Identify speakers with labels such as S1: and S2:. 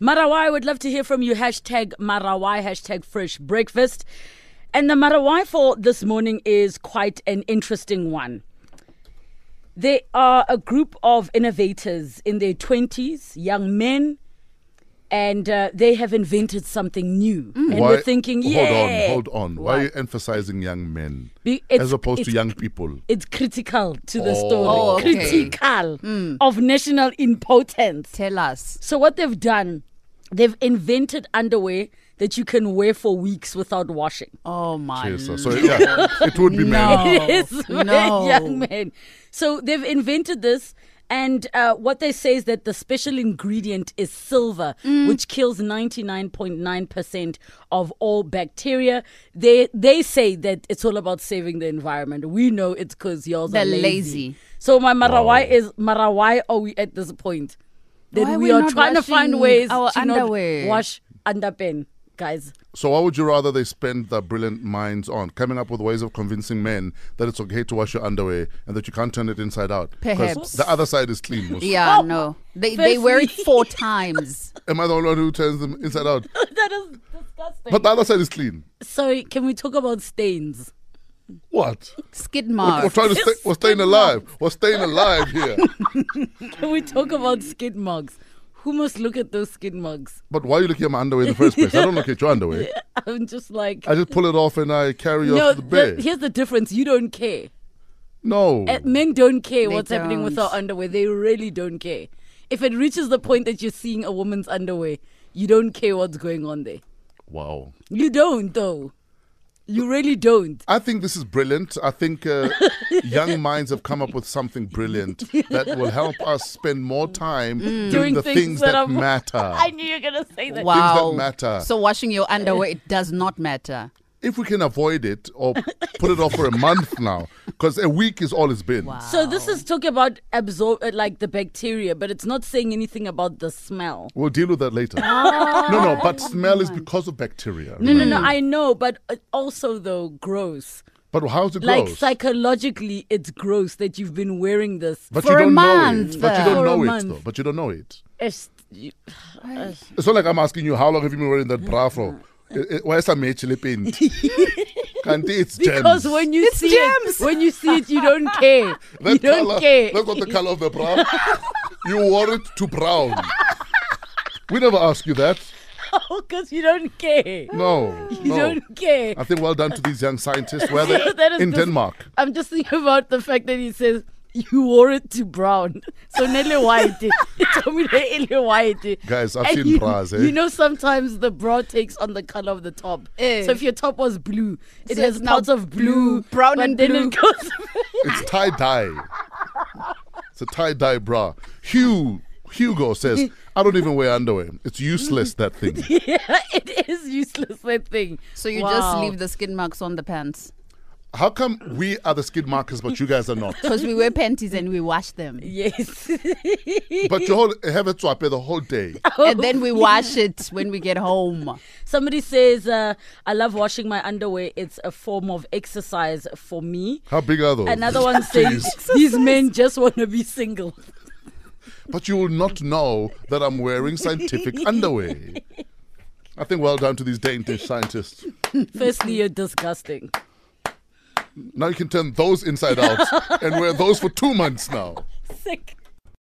S1: Marawai, would love to hear from you. Hashtag Marawai, hashtag fresh breakfast. And the Marawai for this morning is quite an interesting one. They are a group of innovators in their 20s, young men, and uh, they have invented something new. And
S2: Mm. Why-
S1: we're thinking, yeah.
S2: Hold on, hold on. Why are you emphasizing young men
S1: Be- it's-
S2: as opposed to
S1: it's-
S2: young people?
S1: It's critical to the
S2: Oh. Mm.
S1: story.
S3: Oh, okay.
S1: Critical of national importance.
S3: Tell us.
S1: So what they've done, they've invented underwear that you can wear for weeks without washing.
S3: Oh my.
S2: Jesus. So yeah, it would be men.
S3: No.
S1: Yes,
S3: Oh, no.
S1: young men. So they've invented this. And uh, what they say is that the special ingredient is silver,
S3: Mm.
S1: which kills 99.9% of all bacteria. They they say that it's all about saving the environment. We know it's because y'all are
S3: They're
S1: lazy.
S3: lazy.
S1: So my marawai
S2: Oh.
S1: is marawai. Are we at this point that
S3: Why
S1: we
S3: we're
S1: are
S3: not
S1: trying to find
S3: washing
S1: ways
S3: our
S1: to
S3: underwear?
S1: not wash underpin, guys?
S2: So why would you rather they spend their brilliant minds on coming up with ways of convincing men that it's okay to wash your underwear and that you can't turn it inside out? 'Cause
S3: Perhaps.
S2: the other side is clean. Musi.
S3: Yeah,
S1: Oh,
S3: no. They they wear it
S1: firstly-
S3: four times.
S2: Am I the only one who turns them inside out?
S1: that is disgusting.
S2: But the other side is clean.
S1: Sorry, can we talk about stains?
S2: What?
S3: Skid
S2: We're
S3: marks.
S2: trying to stay, we're staying alive. We're staying alive here.
S1: Can we talk about skid mugs? Who must look at those skid mugs?
S2: But why are you looking at my underwear in the first place? I don't look at your underwear.
S1: I'm just like,
S2: I just pull it off and I carry you
S1: no.
S2: off to the bed.
S1: the- here's the difference: you don't care.
S2: no.
S1: Uh, Men don't care what's happening with
S3: don't.
S1: our underwear. They really don't care. If it reaches the point that you're seeing a woman's underwear, you don't care what's going on there.
S2: wow.
S1: You don't, though. You really don't.
S2: I think this is brilliant. I think uh, young minds have come up with something brilliant that will help us spend more time doing,
S1: Mm. Doing
S2: the
S1: things
S2: things
S1: that
S2: that,
S1: are-
S2: matter.
S1: I knew you were gonna say that.
S3: wow.
S2: matter.
S3: So washing your underwear it does not matter.
S2: if we can avoid it or put it off for a month now, because a week is all it's been.
S1: So this is talking about absorb uh, like the bacteria, but it's not saying anything about the smell.
S2: We'll deal with that later. no, no, but smell is because of bacteria.
S1: Ah.
S2: Mm.
S1: No, no, no.
S3: Hmm.
S1: I know, but uh, also though, gross.
S2: But how's it
S1: Like
S2: gross?
S1: psychologically, it's gross that you've been wearing this.
S2: but
S3: For
S2: you
S3: a
S2: don't know
S3: month,
S2: it. But you
S3: uh,
S2: don't
S1: For a
S2: know it
S1: month.
S2: though. But you don't know it.
S1: It's- you-
S2: It's not like I'm asking you how long have you been wearing that bra for. I- I- Why is that mechile paint? Can't it's
S1: because
S2: gems.
S1: when you
S3: It's
S1: see
S3: gems.
S1: it, when you see it, you don't care.
S2: That
S1: you don't
S2: colour,
S1: care.
S2: That's not the color of the brown. you wore it to brown. We never asked you that.
S1: Because Oh, you don't care.
S2: No.
S1: You
S2: no.
S1: don't care.
S2: I think well done to these young scientists. Where they?
S1: That is
S2: in
S1: dis-
S2: Denmark.
S1: I'm just thinking about the fact that he says you wore it to brown. So Nelle White. Tell me Nelle White.
S2: Guys, I've
S1: And
S2: seen
S1: you,
S2: bras, eh?
S1: You know sometimes the bra takes on the color of the top.
S3: Eh.
S1: So if your top was blue, it
S3: So
S1: has
S3: it's now
S1: parts of blue,
S3: blue, brown
S1: but
S3: and
S1: then
S3: blue.
S1: it goes
S2: It's tie dye. It's a tie dye bra. Hugh Hugo says, I don't even wear underwear. It's useless that thing.
S1: yeah, it is useless that thing.
S3: So you just
S1: Wow.
S3: leave the skid marks on the pants.
S2: How come we are the skid markers but you guys are not?
S3: Because we wear panties and we wash them.
S1: Yes.
S2: But you whole have a swappe the whole day.
S3: And then we wash it when we get home.
S1: Somebody says, uh, I love washing my underwear. It's a form of exercise for me.
S2: How big are those?
S1: Another one says,
S2: Jeez.
S1: these men just want to be single.
S2: but you will not know that I'm wearing scientific underwear. I think well done to these Danish scientists.
S1: Firstly, you're disgusting.
S2: Now you can turn those inside out and wear those for two months now.
S1: Sick.